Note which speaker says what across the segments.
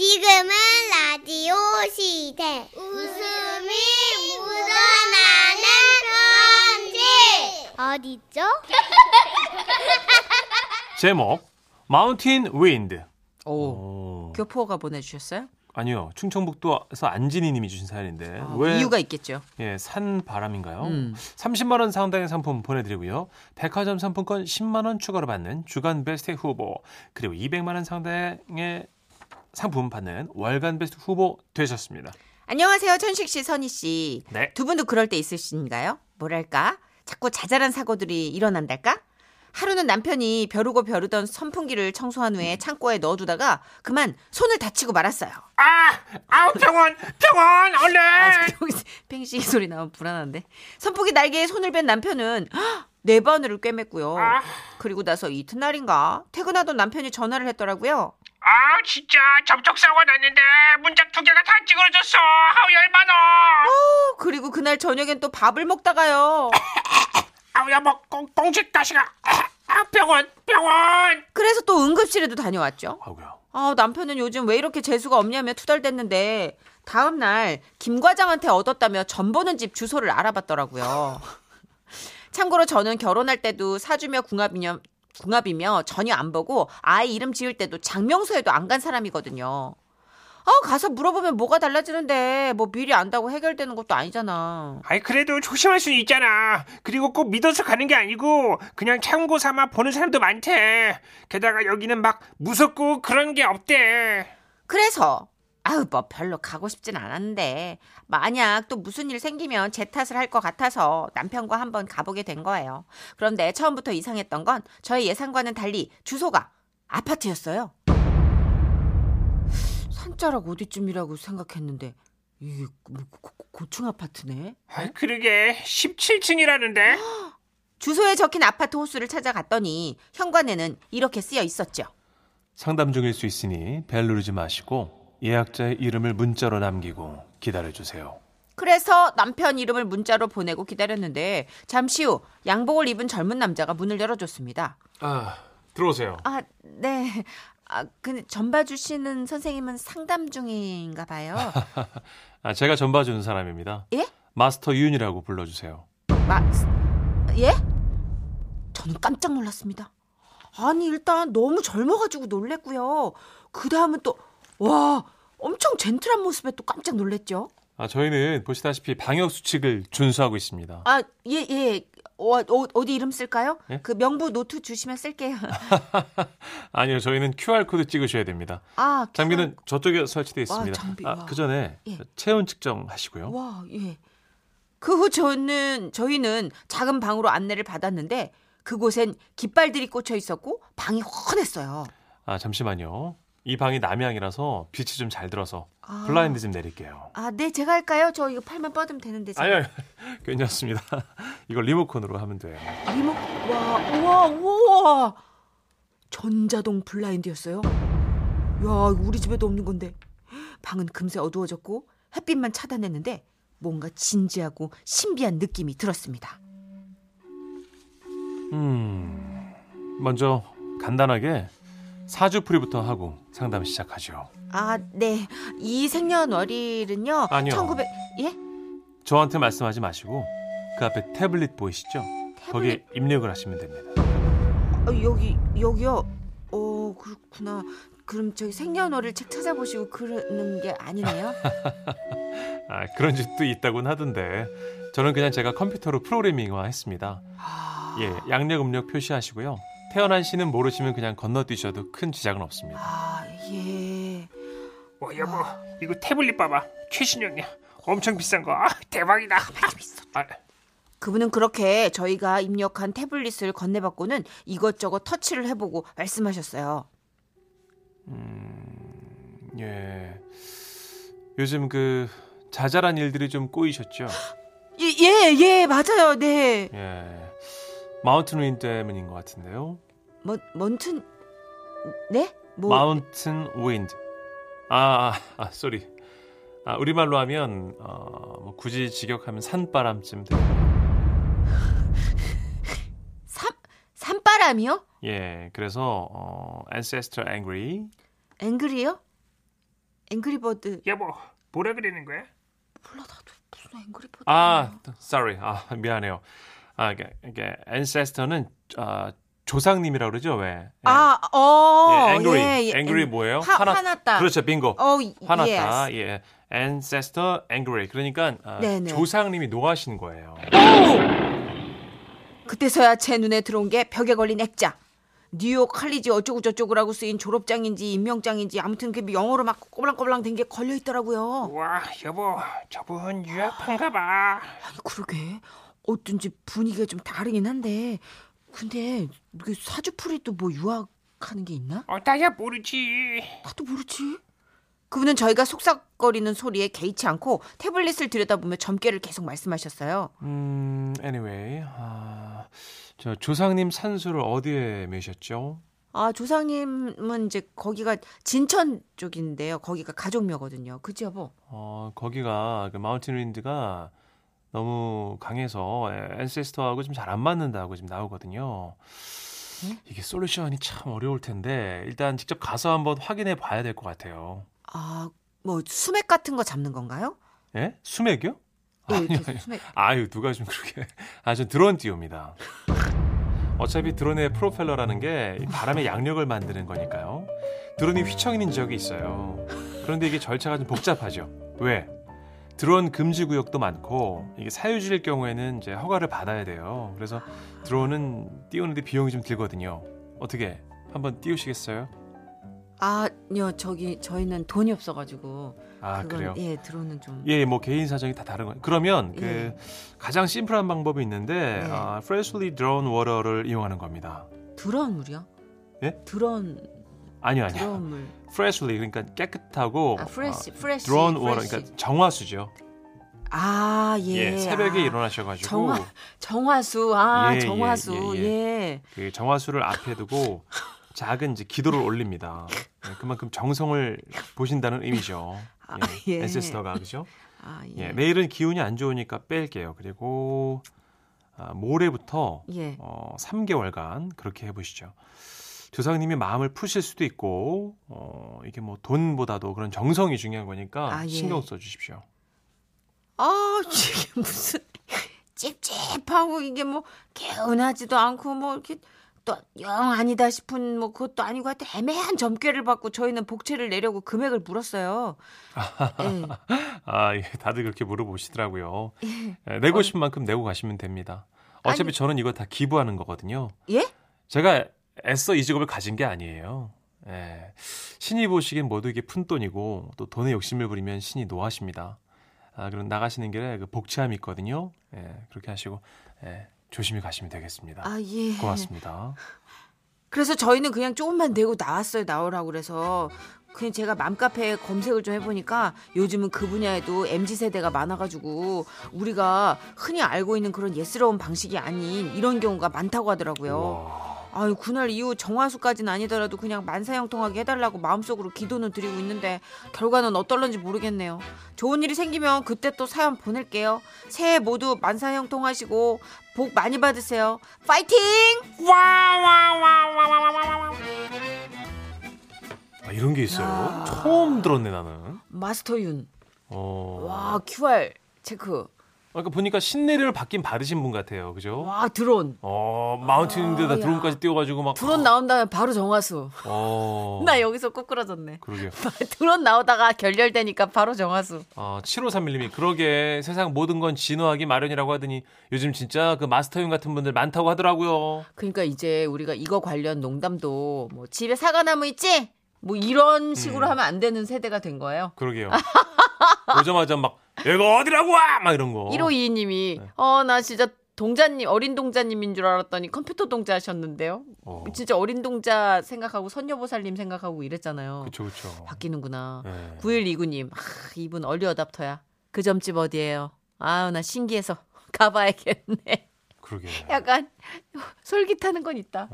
Speaker 1: 지금은 라디오 시대. 웃음이 묻어나는 편지. 어디죠?
Speaker 2: 제목 마운틴 윈드. 어.
Speaker 3: 오.
Speaker 2: 오.
Speaker 3: 교포가 보내주셨어요?
Speaker 2: 아니요. 충청북도에서 안진희 님이 주신 사연인데.
Speaker 3: 아,
Speaker 2: 왜
Speaker 3: 이유가 있겠죠.
Speaker 2: 예, 산 바람인가요?
Speaker 3: 음.
Speaker 2: 30만 원 상당의 상품 보내 드리고요. 백화점 상품권 10만 원 추가로 받는 주간 베스트 후보, 그리고 200만 원 상당의 상품 받는 월간 베스트 후보 되셨습니다.
Speaker 3: 안녕하세요. 천식 씨, 선희 씨.
Speaker 2: 네.
Speaker 3: 두 분도 그럴 때 있으신가요? 뭐랄까? 자꾸 자잘한 사고들이 일어난달까? 하루는 남편이 벼르고 벼르던 선풍기를 청소한 후에
Speaker 2: 음.
Speaker 3: 창고에 넣어두다가 그만 손을 다치고 말았어요.
Speaker 2: 아우 병원! 병원! 얼른!
Speaker 3: 아, 팽시 소리 나면 불안한데. 선풍기 날개에 손을 뺀 남편은 헉, 네 바늘을 꿰맸고요.
Speaker 2: 아.
Speaker 3: 그리고 나서 이튿날인가 퇴근하던 남편이 전화를 했더라고요.
Speaker 4: 아 진짜 접촉 사고가 났는데 문짝 두 개가 다 찌그러졌어 아우 열받아
Speaker 3: 어, 그리고 그날 저녁엔 또 밥을 먹다가요.
Speaker 4: 아우 야뭐 꽁꽁지 가시가 아 병원 병원
Speaker 3: 그래서 또 응급실에도 다녀왔죠.
Speaker 2: 아우야.
Speaker 3: 아, 남편은 요즘 왜 이렇게 재수가 없냐며 투덜댔는데 다음 날 김과장한테 얻었다며 전 보는 집 주소를 알아봤더라고요. 참고로 저는 결혼할 때도 사주며 궁합이며 궁합이며 전혀 안 보고 아이 이름 지을 때도 장명소에도 안 간 사람이거든요. 아, 가서 물어보면 뭐가 달라지는데 뭐 미리 안다고 해결되는 것도 아니잖아.
Speaker 4: 아이 그래도 조심할 수는 있잖아 그리고 꼭 믿어서 가는 게 아니고 그냥 참고 삼아 보는 사람도 많대 게다가 여기는 막 무섭고 그런 게 없대
Speaker 3: 그래서 아우 뭐 별로 가고 싶진 않았는데 만약 또 무슨 일 생기면 제 탓을 할 것 같아서 남편과 한번 가보게 된 거예요. 그런데 처음부터 이상했던 건 저의 예상과는 달리 주소가 아파트였어요. 산자락 어디쯤이라고 생각했는데 이게 뭐 고- 고- 고층 아파트네.
Speaker 4: 아이 그러게 17층이라는데
Speaker 3: 주소에 적힌 아파트 호수를 찾아갔더니 현관에는 이렇게 쓰여 있었죠.
Speaker 2: 상담 중일 수 있으니 벨 누르지 마시고 예약자의 이름을 문자로 남기고 기다려 주세요.
Speaker 3: 그래서 남편 이름을 문자로 보내고 기다렸는데 잠시 후 양복을 입은 젊은 남자가 문을 열어줬습니다.
Speaker 2: 아, 들어오세요.
Speaker 3: 아, 네. 아, 근데 전봐 주시는 선생님은 상담 중인가 봐요.
Speaker 2: 아, 제가 전봐 주는 사람입니다.
Speaker 3: 예?
Speaker 2: 마스터 윤이라고 불러 주세요.
Speaker 3: 마, 예? 저는 깜짝 놀랐습니다. 아니 일단 너무 젊어가지고 놀랬고요. 그 다음은 또 와 엄청 젠틀한 모습에 또 깜짝 놀랬죠.
Speaker 2: 아, 저희는 보시다시피 방역 수칙을 준수하고 있습니다.
Speaker 3: 아, 예, 예. 어, 어, 디 이름 쓸까요?
Speaker 2: 예?
Speaker 3: 그 명부 노트 주시면 쓸게요.
Speaker 2: 아니요, 저희는 QR 코드 찍으셔야 됩니다.
Speaker 3: 아,
Speaker 2: 장비는 저쪽에 설치되어 있습니다.
Speaker 3: 와, 장비,
Speaker 2: 아,
Speaker 3: 와.
Speaker 2: 그 전에
Speaker 3: 예.
Speaker 2: 체온 측정 하시고요.
Speaker 3: 와, 예. 그 후 저는 저희는 작은 방으로 안내를 받았는데 그곳엔 깃발들이 꽂혀 있었고 방이 훤했어요.
Speaker 2: 아, 잠시만요. 이 방이 남향이라서 빛이 좀 잘 들어서
Speaker 3: 아.
Speaker 2: 블라인드 좀 내릴게요.
Speaker 3: 아, 네, 제가 할까요? 저 이거 팔만 뻗으면 되는데. 제가.
Speaker 2: 아니요, 아니요. 괜찮습니다. 이걸 리모컨으로 하면 돼요.
Speaker 3: 리모 와, 우와, 우와. 전자동 블라인드였어요. 야, 우리 집에도 없는 건데. 방은 금세 어두워졌고 햇빛만 차단했는데 뭔가 진지하고 신비한 느낌이 들었습니다.
Speaker 2: 음, 먼저 간단하게 사주풀이부터 하고 상담 시작하죠.
Speaker 3: 아, 네. 이 생년월일은요.
Speaker 2: 아니요.
Speaker 3: 1900 예?
Speaker 2: 저한테 말씀하지 마시고 그 앞에 태블릿 보이시죠? 거기에 입력을 하시면 됩니다.
Speaker 3: 어, 여기 여기요. 어 그렇구나. 그럼 저기 생년월일 책 찾아보시고 그러는 게 아니네요.
Speaker 2: 아, 그런 집도 있다곤 하던데 저는 그냥 제가 컴퓨터로 프로그래밍화 했습니다. 예, 양력 음력 표시하시고요. 태어난 시는 모르시면 그냥 건너뛰셔도 큰 지장은 없습니다.
Speaker 3: 아 예.
Speaker 4: 어 여보 이거 태블릿 봐봐 최신형이야 엄청 비싼 거 아, 대박이다 아,
Speaker 3: 그분은 그렇게 저희가 입력한 태블릿을 건네받고는 이것저것 터치를 해보고 말씀하셨어요.
Speaker 2: 예, 요즘 그 자잘한 일들이 좀 꼬이셨죠?
Speaker 3: 예예 예, 맞아요. 네.
Speaker 2: 예, 마운틴 윈 때문인 것 같은데요.
Speaker 3: 뭐, 먼 먼튼 네? 뭐
Speaker 2: 마운틴 윈드. 아, 아, 아, 쏘리. 아, 우리말로 하면 어, 뭐 굳이 직역하면 산바람쯤 돼.
Speaker 3: 산 산바람이요?
Speaker 2: 예, 그래서 어, ancestor angry.
Speaker 3: 앵글이요? 앵그리버드
Speaker 4: 여보, 뭐라 그러는 거야?
Speaker 3: 몰라 나도 무슨 앵그리버드
Speaker 2: 아, sorry. 아, 미안해요. 아, 이게, 이게 ancestor는 아, 조상님이라고 그러죠, 왜? 예.
Speaker 3: 아, 어.
Speaker 2: 예, angry.
Speaker 3: 예, 예,
Speaker 2: angry
Speaker 3: 앵-
Speaker 2: 뭐예요?
Speaker 3: 화- 화났다.
Speaker 2: 그렇죠, 빙고.
Speaker 3: 어,
Speaker 2: 화났다. 예. ancestor angry. 그러니까 아,
Speaker 3: 네네.
Speaker 2: 조상님이 노하신 거예요.
Speaker 3: 그때서야 제 눈에 들어온 게 벽에 걸린 액자. 뉴욕 칼리지 어쩌고저쩌고라고 쓰인 졸업장인지 임명장인지 아무튼 그 영어로 막 꼬불랑꼬불랑 된 게 걸려 있더라고요.
Speaker 4: 와, 여보, 저분 유학파인가 봐.
Speaker 3: 아니 그러게 어쩐지 분위기가 좀 다르긴 한데 근데 이게 사주풀이도 뭐 유학하는 게 있나?
Speaker 4: 어, 나야 모르지.
Speaker 3: 나도 모르지. 그분은 저희가 속삭거리는 소리에 개의치 않고 태블릿을 들여다보며 점괘를 계속 말씀하셨어요.
Speaker 2: 음, anyway. 아, 저 조상님 산수를 어디에 매셨죠?
Speaker 3: 아 조상님은 이제 거기가 진천 쪽인데요. 거기가 가족묘거든요. 뭐? 그지 여보?
Speaker 2: 어, 거기가 그 마운틴 윈드가 너무 강해서 앤세스터하고 좀 잘 안 맞는다고 지금 나오거든요. 이게 솔루션이 참 어려울 텐데 일단 직접 가서 한번 확인해 봐야 될 것 같아요.
Speaker 3: 아 뭐 수맥 같은 거 잡는 건가요?
Speaker 2: 예? 수맥이요?
Speaker 3: 예, 이렇게 수맥.
Speaker 2: 아유 누가 좀 그렇게 아 전 드론 띄웁니다 어차피 드론의 프로펠러라는 게이 바람의 양력을 만드는 거니까요 드론이 휘청이는 지역이 있어요 그런데 이게 절차가 좀 복잡하죠 왜 드론 금지 구역도 많고 이게 사유지일 경우에는 이제 허가를 받아야 돼요 그래서 드론은 띄우는데 비용이 좀 들거든요 어떻게 한번 띄우시겠어요
Speaker 3: 아니요 저기 저희는 돈이 없어가지고
Speaker 2: 아
Speaker 3: 그건
Speaker 2: 그래요
Speaker 3: 예 들어오는 좀
Speaker 2: 예, 뭐 개인 사정이 다 다른 거예요. 그러면 그
Speaker 3: 예.
Speaker 2: 가장 심플한 방법이 있는데
Speaker 3: 네.
Speaker 2: 아, freshly drawn water를 이용하는 겁니다.
Speaker 3: 드러운 물이요?
Speaker 2: 예?
Speaker 3: 드러운
Speaker 2: 아니요, 아니요.
Speaker 3: 드러운 물.
Speaker 2: freshly 그러니까 깨끗하고 어,
Speaker 3: 아 프레시 프레시.
Speaker 2: drawn water
Speaker 3: 프레시.
Speaker 2: 그러니까 정화수죠.
Speaker 3: 아 예.
Speaker 2: 예, 새벽에
Speaker 3: 아,
Speaker 2: 일어나셔 가지고
Speaker 3: 정화 정화수 아
Speaker 2: 예, 예,
Speaker 3: 정화수
Speaker 2: 예,
Speaker 3: 예.
Speaker 2: 예. 그 정화수를 앞에 두고 작은 이제 기도를 올립니다. 예, 그만큼 정성을 보신다는 의미죠.
Speaker 3: 아,
Speaker 2: 예.
Speaker 3: 예.
Speaker 2: 에세스터가 그죠?
Speaker 3: 아 예.
Speaker 2: 예. 내일은 기운이 안 좋으니까 뺄게요. 그리고 아, 모레부터
Speaker 3: 예.
Speaker 2: 어, 3개월간 그렇게 해보시죠. 조상님이 마음을 푸실 수도 있고 어, 이게 뭐 돈보다도 그런 정성이 중요한 거니까
Speaker 3: 아, 예.
Speaker 2: 신경 써주십시오.
Speaker 3: 아 이게 무슨 찝찝하고 이게 뭐 개운하지도 않고 뭐 이렇게 또 영 아니다 싶은 뭐 그것도 아니고 하여튼 애매한 점괘를 받고 저희는 복채를 내려고 금액을 물었어요. 예.
Speaker 2: 아, 예, 다들 그렇게 물어보시더라고요. 예, 내고 싶은 만큼 내고 가시면 됩니다. 어차피
Speaker 3: 아니-
Speaker 2: 저는 이거 다 기부하는 거거든요.
Speaker 3: 예?
Speaker 2: 제가 애써 이 직업을 가진 게 아니에요. 예. 신이 보시기엔 모두 이게 푼돈이고 또 돈에 욕심을 부리면 신이 노하십니다. 아, 그럼 나가시는 길에 그 복치함이 있거든요. 예, 그렇게 하시고 예, 조심히 가시면 되겠습니다.
Speaker 3: 아 예.
Speaker 2: 고맙습니다.
Speaker 3: 그래서 저희는 그냥 조금만 내고 나왔어요. 나오라고 그래서 그냥 제가 맘카페에 검색을 좀 해보니까 요즘은 그 분야에도 mz 세대가 많아가지고 우리가 흔히 알고 있는 그런 예스러운 방식이 아닌 이런 경우가 많다고 하더라고요. 아유 그날 이후 정화수까지는 아니더라도 그냥 만사형통하게 해달라고 마음속으로 기도는 드리고 있는데 결과는 어떨런지 모르겠네요. 좋은 일이 생기면 그때 또 사연 보낼게요. 새해 모두 만사형통하시고 복 많이 받으세요. 파이팅!
Speaker 4: 와, 와, 와, 와, 와, 와, 와, 와.
Speaker 2: 아, 이런 게 있어요. 처음 들었네 나는.
Speaker 3: 마스터윤.
Speaker 2: 어.
Speaker 3: 와, QR 체크.
Speaker 2: 아까 보니까 신내를 받긴 받으신 분 같아요. 그죠?
Speaker 3: 와, 드론.
Speaker 2: 어, 마운틴인데다
Speaker 3: 아, 야.
Speaker 2: 드론까지 띄워가지고 막.
Speaker 3: 드론 나온 다음에 바로 정화수.
Speaker 2: 어.
Speaker 3: 나 여기서 꼬꾸라졌네.
Speaker 2: 그러게요.
Speaker 3: 드론 나오다가 결렬되니까 바로 정화수.
Speaker 2: 어, 7531님이 그러게 세상 모든 건 진화하기 마련이라고 하더니 요즘 진짜 그 마스터윤 같은 분들 많다고 하더라고요.
Speaker 3: 그러니까 이제 우리가 이거 관련 농담도 뭐 집에 사과나무 있지? 뭐 이런 식으로
Speaker 2: 음.
Speaker 3: 하면 안 되는 세대가 된 거예요.
Speaker 2: 그러게요. 오자마자 막 얘가 어디라고 네. 와! 막 이런 거.
Speaker 3: 1522님이 어, 나 진짜 동자님, 어린 동자님인 줄 알았더니 컴퓨터 동자 하셨는데요.
Speaker 2: 어,
Speaker 3: 진짜 어린 동자 생각하고 선녀보살님 생각하고 이랬잖아요.
Speaker 2: 그쵸, 그쵸.
Speaker 3: 바뀌는구나.
Speaker 2: 예.
Speaker 3: 9129님, 아, 이분 얼리 어답터야. 그 점집 어디예요? 아우, 나 신기해서 가봐야겠네.
Speaker 2: 그러게.
Speaker 3: 약간 솔깃하는 건 있다.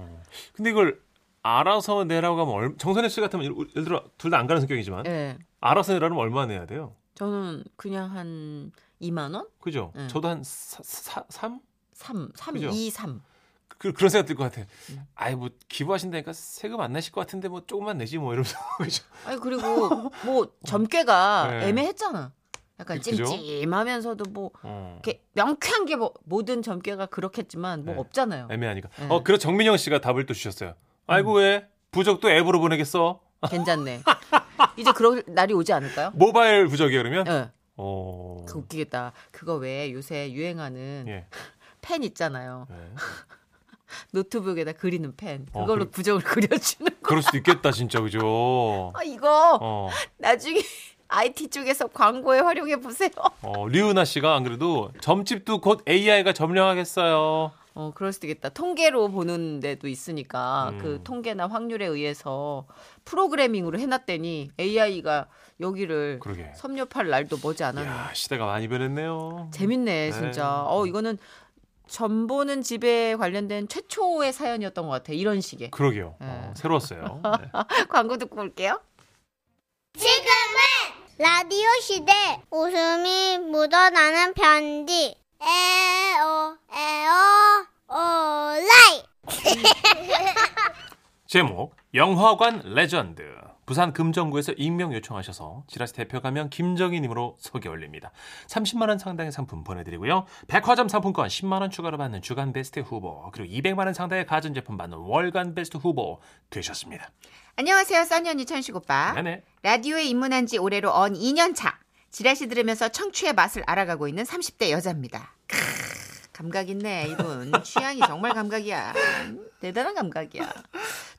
Speaker 2: 근데 이걸 알아서 내라고 하면 얼- 정선혜 씨 같으면 예를- 예를 들어 둘 다 안 가는 성격이지만
Speaker 3: 예.
Speaker 2: 알아서 내라면 얼마 내야 돼요?
Speaker 3: 저는 그냥 한 2만 원?
Speaker 2: 그죠?
Speaker 3: 네.
Speaker 2: 저도 한 사, 사, 3?
Speaker 3: 3, 3,
Speaker 2: 그죠?
Speaker 3: 2, 3.
Speaker 2: 그, 그런 생각 들 것 같아요.
Speaker 3: 음.
Speaker 2: 아이 뭐 기부하신다니까 세금 안 내실 것 같은데 뭐 조금만 내지 뭐 이러면서 그죠?
Speaker 3: 아니 그리고 뭐 점괘가
Speaker 2: 네.
Speaker 3: 애매했잖아. 약간
Speaker 2: 그죠?
Speaker 3: 찜찜하면서도 뭐
Speaker 2: 어.
Speaker 3: 이렇게 명쾌한 게 뭐, 모든 점괘가 그렇겠지만 뭐
Speaker 2: 네.
Speaker 3: 없잖아요.
Speaker 2: 애매하니까.
Speaker 3: 네.
Speaker 2: 어 그래서 정민영 씨가 답을 또 주셨어요. 아이고 왜 부적도 앱으로 보내겠어?
Speaker 3: 괜찮네. 이제 그럴 날이 오지 않을까요?
Speaker 2: 모바일 부적이 그러면?
Speaker 3: 예.
Speaker 2: 어.
Speaker 3: 그 웃기겠다. 그거 왜 요새 유행하는
Speaker 2: 예.
Speaker 3: 펜 있잖아요.
Speaker 2: 네.
Speaker 3: 노트북에다 그리는 펜.
Speaker 2: 어,
Speaker 3: 그걸로
Speaker 2: 그-
Speaker 3: 부적을 그려주는.
Speaker 2: 그럴 수도 있겠다 진짜 그죠?
Speaker 3: 아 이거
Speaker 2: 어.
Speaker 3: 나중에 IT 쪽에서 광고에 활용해 보세요.
Speaker 2: 어, 류은아 씨가 안 그래도 점집도 곧 AI가 점령하겠어요.
Speaker 3: 어, 그럴 수도 있겠다. 통계로 보는 데도 있으니까
Speaker 2: 음.
Speaker 3: 그 통계나 확률에 의해서 프로그래밍으로 해놨더니 AI가 여기를
Speaker 2: 그러게.
Speaker 3: 섭렵할 날도 머지 않았네.
Speaker 2: 야, 시대가 많이 변했네요. 음.
Speaker 3: 재밌네, 진짜. 어, 이거는 전보는 집에 관련된 최초의 사연이었던 것 같아. 이런 식의.
Speaker 2: 그러게요. 어,
Speaker 3: 네.
Speaker 2: 새로웠어요. 네.
Speaker 3: 광고 듣고 올게요.
Speaker 1: 라디오 시대 웃음이 묻어나는 편지 에어 에어 오라이
Speaker 2: 제목 영화관 레전드 부산 금정구에서 익명 요청하셔서 지라시 대표 가면 김정희님으로 소개 올립니다. 30만 원 상당의 상품 보내드리고요. 백화점 상품권 10만 원 추가로 받는 주간 베스트 후보 그리고 200만 원 상당의 가전제품 받는 월간 베스트 후보 되셨습니다.
Speaker 3: 안녕하세요, 써니언니 천식
Speaker 5: 아.
Speaker 3: 오빠.
Speaker 2: 네네.
Speaker 3: 라디오에 입문한 지 올해로 언 2년 차. 지라시 들으면서 청취의 맛을 알아가고 있는 30대 여자입니다. 크, 감각 있네, 이분. 취향이 정말 감각이야. 음, 대단한 감각이야.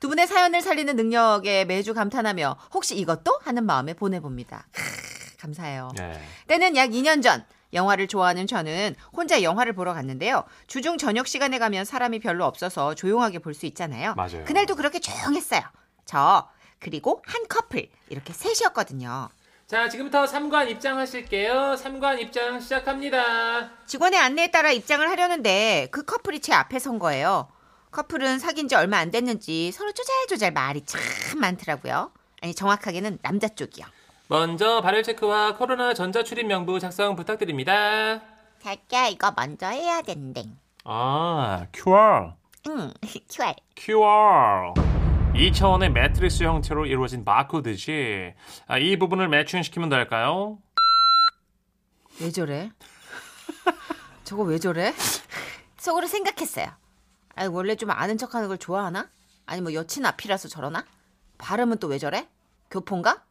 Speaker 3: 두 분의 사연을 살리는 능력에 매주 감탄하며 혹시 이것도 하는 마음에 보내봅니다. 크, 감사해요.
Speaker 2: 네.
Speaker 3: 때는 약 2년 전 영화를 좋아하는 저는 혼자 영화를 보러 갔는데요. 주중 저녁 시간에 가면 사람이 별로 없어서 조용하게 볼 수 있잖아요.
Speaker 2: 맞아요.
Speaker 3: 그날도 그렇게 조용했어요. 저 그리고 한 커플 이렇게 셋이었거든요.
Speaker 5: 자, 지금부터 3관 입장하실게요. 3관 입장 시작합니다.
Speaker 3: 직원의 안내에 따라 입장을 하려는데 그 커플이 제 앞에 선 거예요. 커플은 사귄 지 얼마 안 됐는지 서로 쪼잘쪼잘 말이 참 많더라고요. 아니 정확하게는 남자 쪽이요.
Speaker 5: 먼저 발열 체크와 코로나 전자 출입 명부 작성 부탁드립니다.
Speaker 3: 자기야 이거 먼저 해야 된대.
Speaker 2: 아 QR
Speaker 3: 응, QR.
Speaker 2: QR 2차원의 매트릭스 형태로 이루어진 바코드지. 아, 이 부분을 매칭시키면 될까요?
Speaker 3: 왜 저래? 저거 왜 저래? 속으로 생각했어요. 아니, 원래 좀 아는 척 하는 걸 좋아하나? 아니, 뭐 여친 앞이라서 저러나? 발음은 또 왜 저래? 교포인가?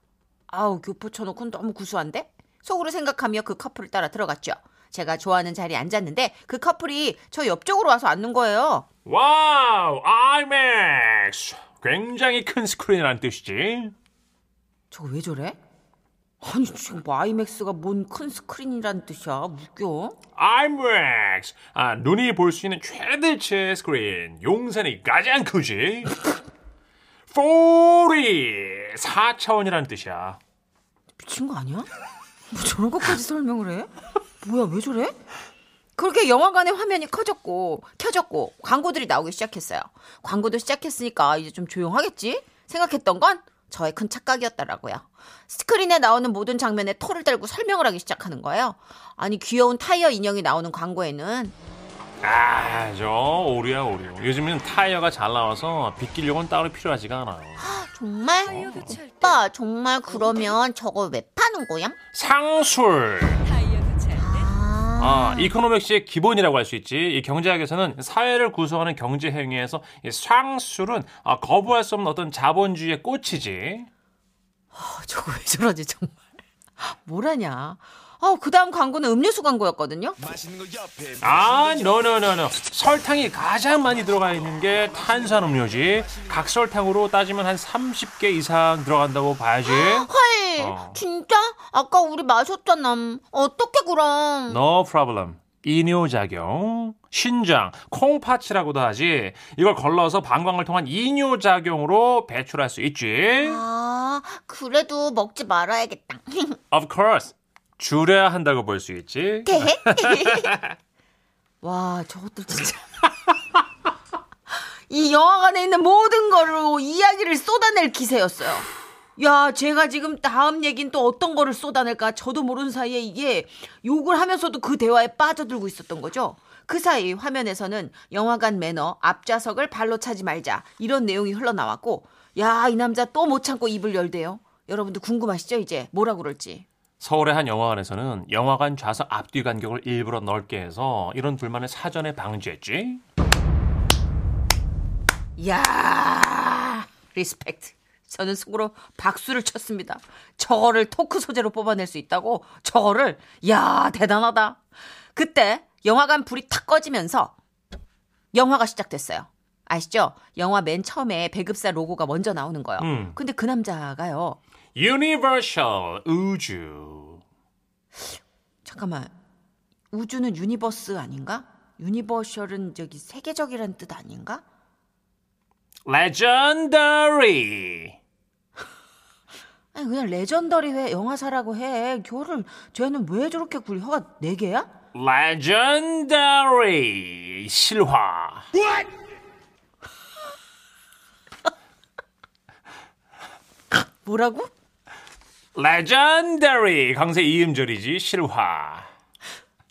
Speaker 3: 아우, 교포 쳐놓고는 너무 구수한데? 속으로 생각하며 그 커플을 따라 들어갔죠. 제가 좋아하는 자리에 앉았는데 그 커플이 저 옆쪽으로 와서 앉는 거예요.
Speaker 2: 와우, IMAX. 굉장히 큰 스크린이라는 뜻이지.
Speaker 3: 저거 왜 저래? 아니, 지금 뭐 아이맥스가 뭔 큰 스크린이라는 뜻이야. 웃겨.
Speaker 2: IMAX. 아, 눈이 볼 수 있는 최대치의 스크린. 용산이 가장 크지. 40 4차원이라는 뜻이야.
Speaker 3: 미친 거 아니야? 뭐 저런 것까지 설명을 해? 뭐야 왜 저래? 그렇게 영화관의 화면이 커졌고 켜졌고 광고들이 나오기 시작했어요. 광고도 시작했으니까 이제 좀 조용하겠지? 생각했던 건 저의 큰 착각이었더라고요. 스크린에 나오는 모든 장면에 털을 달고 설명을 하기 시작하는 거예요. 아니 귀여운 타이어 인형이 나오는 광고에는
Speaker 2: 아, 저 오류야, 오류. 요즘은 타이어가 잘 나와서 빗길용은 따로 필요하지가 않아요.
Speaker 3: 정말 오빠 정말 그러면 저거 왜 파는 거야?
Speaker 2: 상술. 아, 이코노믹스의 기본이라고 할 수 있지. 이 경제학에서는 사회를 구성하는 경제 행위에서 이 상술은 아, 거부할 수 없는 어떤 자본주의의 꽃이지.
Speaker 3: 아, 저거 왜 저러지 정말 뭐라냐 아, 그 다음 광고는 음료수 광고였거든요
Speaker 2: 아, 노노노노. 설탕이 가장 많이 들어가 있는 게 탄산음료지. 각설탕으로 따지면 한 30개 이상 들어간다고 봐야지.
Speaker 3: 헐
Speaker 2: 어.
Speaker 3: 진짜? 아까 우리 마셨잖아 어떻게 그럼
Speaker 2: No problem. 이뇨작용, 신장, 콩팥이라고도 하지. 이걸 걸러서 방광을 통한 이뇨작용으로 배출할 수 있지.
Speaker 3: 아 그래도 먹지 말아야겠다
Speaker 2: Of course. 줄여야 한다고 볼 수 있지.
Speaker 3: 와 저것들 진짜 이 영화관에 있는 모든 거로 이야기를 쏟아낼 기세였어요 야, 제가 지금 다음 얘긴 또 어떤 거를 쏟아낼까 저도 모르는 사이에 이게 욕을 하면서도 그 대화에 빠져들고 있었던 거죠. 그 사이 화면에서는 영화관 매너, 앞좌석을 발로 차지 말자 이런 내용이 흘러나왔고, 야, 이 남자 또 못 참고 입을 열대요. 여러분도 궁금하시죠? 이제 뭐라 그럴지.
Speaker 2: 서울의 한 영화관에서는 영화관 좌석 앞뒤 간격을 일부러 넓게 해서 이런 불만을 사전에 방지했지.
Speaker 3: 야, 리스펙트. 저는 속으로 박수를 쳤습니다. 저거를 토크 소재로 뽑아낼 수 있다고 저거를 야 대단하다. 그때 영화관 불이 탁 꺼지면서 영화가 시작됐어요. 아시죠? 영화 맨 처음에 배급사 로고가 먼저 나오는 거예요.
Speaker 2: 음.
Speaker 3: 근데 그 남자가요.
Speaker 2: 유니버셜 우주.
Speaker 3: 잠깐만. 우주는 유니버스 아닌가? 유니버셜은 저기 세계적이라는 뜻 아닌가?
Speaker 2: 레전더리.
Speaker 3: 아니 그냥 레전더리 회 영화사라고 해. 결을 쟤는 왜 저렇게 굴려? 혀가 네 개야?
Speaker 2: 레전더리 실화.
Speaker 3: 뭐라고?
Speaker 2: 레전더리 강세 이음절이지 실화.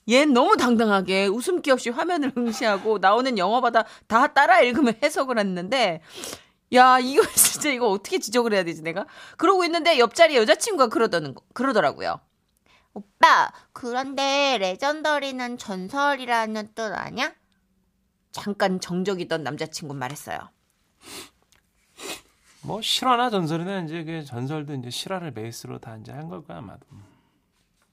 Speaker 3: 얜 너무 당당하게 웃음기 없이 화면을 응시하고 나오는 영어마다 다 따라 읽으면 해석을 했는데 야 이거 진짜 이거 어떻게 지적을 해야 되지 내가 그러고 있는데 옆자리 여자친구가 그러더는 거, 그러더라고요
Speaker 6: 오빠, 그런데 레전더리는 전설이라는 뜻 아냐?
Speaker 3: 잠깐 정적이던 남자친구 말했어요
Speaker 2: 뭐 실화나 전설이나 이제 그 전설도 이제 실화를 베이스로 다 이제 한 걸 거야 아마도.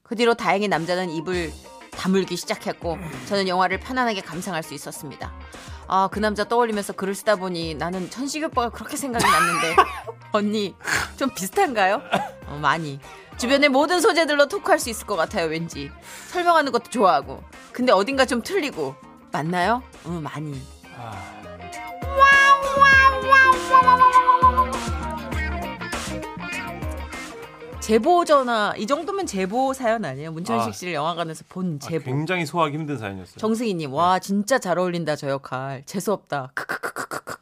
Speaker 3: 그 뒤로 다행히 남자는 입을 다물기 시작했고 저는 영화를 편안하게 감상할 수 있었습니다. 아 그 남자 떠올리면서 글을 쓰다 보니 나는 천식이 오빠가 그렇게 생각이 났는데 언니 좀 비슷한가요? 어, 많이 주변의 모든 소재들로 토크할 수 있을 것 같아요 왠지 설명하는 것도 좋아하고 근데 어딘가 좀 틀리고 맞나요? 음 많이 제보 전화 이 정도면 제보 사연 아니에요? 문천식
Speaker 2: 아.
Speaker 3: 씨를 영화관에서 본
Speaker 2: 아,
Speaker 3: 제보 뭐-
Speaker 2: 굉장히 소화하기 힘든 사연이었어요.
Speaker 3: 네. 정승희님, 와
Speaker 2: 네.
Speaker 3: 진짜 잘 어울린다 저 역할 재수 없다. 크크크크크크.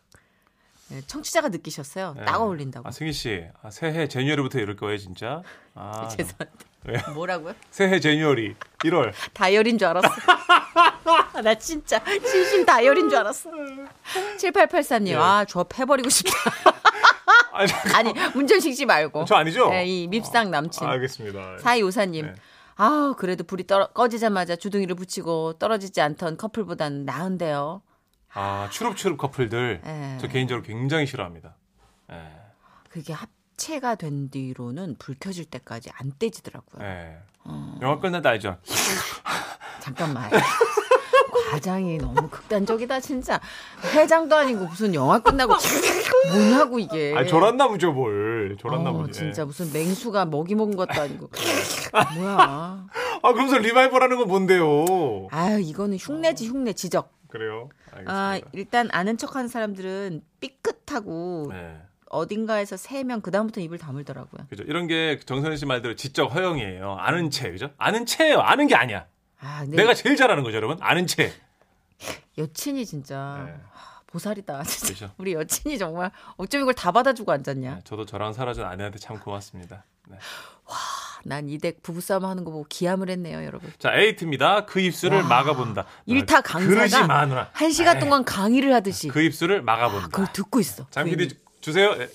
Speaker 3: 네, 청취자가 느끼셨어요.
Speaker 2: 네.
Speaker 3: 딱 어울린다고.
Speaker 2: 아 승희 씨 아, 새해 제뉴얼부터 이럴 거예요 진짜. 아,
Speaker 3: 죄송합니다.
Speaker 2: 왜요?
Speaker 3: 뭐라고요?
Speaker 2: 새해 제뉴얼이 1월. 아,
Speaker 3: 다이어리인 줄 알았어. 나 진짜 진심 다이어리인 줄 알았어. 7883님,
Speaker 2: 예.
Speaker 3: 아 저 패버리고 싶다.
Speaker 2: 아, 잠깐-
Speaker 3: 아니 문전식 씨 말고.
Speaker 2: 저 아니죠?
Speaker 3: 네, 이 밉상 남친.
Speaker 2: 아, 알겠습니다.
Speaker 3: 사이오사님.
Speaker 2: 네.
Speaker 3: 아 그래도 불이 떨어, 꺼지자마자 주둥이를 붙이고 떨어지지 않던 커플보단 나은데요.
Speaker 2: 아 추룹추룹 커플들
Speaker 3: 예.
Speaker 2: 저 개인적으로 굉장히 싫어합니다. 예.
Speaker 3: 그게 합체가 된 뒤로는 불 켜질 때까지 안 떼지더라고요.
Speaker 2: 예.
Speaker 3: 음.
Speaker 2: 영화 끝난다 알죠?
Speaker 3: 잠깐만. 과장이 너무 극단적이다 진짜. 회장도 아니고 무슨 영화 끝나고 뭐냐고 이게.
Speaker 2: 아 저란나 보죠 뭘 저란나
Speaker 3: 예. 어,
Speaker 2: 보죠. 예.
Speaker 3: 진짜 무슨 맹수가 먹이 먹은 것도 아니고 뭐야.
Speaker 2: 아 그러면서 리바이벌하는 건 뭔데요?
Speaker 3: 아유 이거는 흉내지 흉내 지적.
Speaker 2: 그래요? 어. 알겠습니다.
Speaker 3: 아 일단 아는 척하는 사람들은 삐끗하고
Speaker 2: 네.
Speaker 3: 어딘가에서 세면 그 다음부터 입을 다물더라고요.
Speaker 2: 그죠. 이런 게 정선희 씨 말대로 지적 허영이에요. 아는 채, 그죠? 아는 채예요. 아는 게 아니야.
Speaker 3: 아 근데
Speaker 2: 내가 제일 잘하는 거죠, 여러분. 아는 채.
Speaker 3: 여친이 진짜
Speaker 2: 네.
Speaker 3: 하, 보살이다. 진짜
Speaker 2: 그죠.
Speaker 3: 우리 여친이 정말 어쩜 이걸 다 받아주고 앉았냐.
Speaker 2: 네, 저도 저랑 사라진 아내한테 참 고맙습니다. 네.
Speaker 3: 아, 난 이댁 부부싸움 하는 거 보고 기함을 했네요, 여러분.
Speaker 2: 자, 에이트입니다. 그 입술을 막아본다.
Speaker 3: 일타
Speaker 2: 그러지
Speaker 3: 강사가
Speaker 2: 마, 누나.
Speaker 3: 한 시간 동안 강의를 하듯이
Speaker 2: 그 입술을 막아본다.
Speaker 3: 그걸 듣고 있어.
Speaker 2: 장
Speaker 3: 부인이.
Speaker 2: PD 주세요. 네.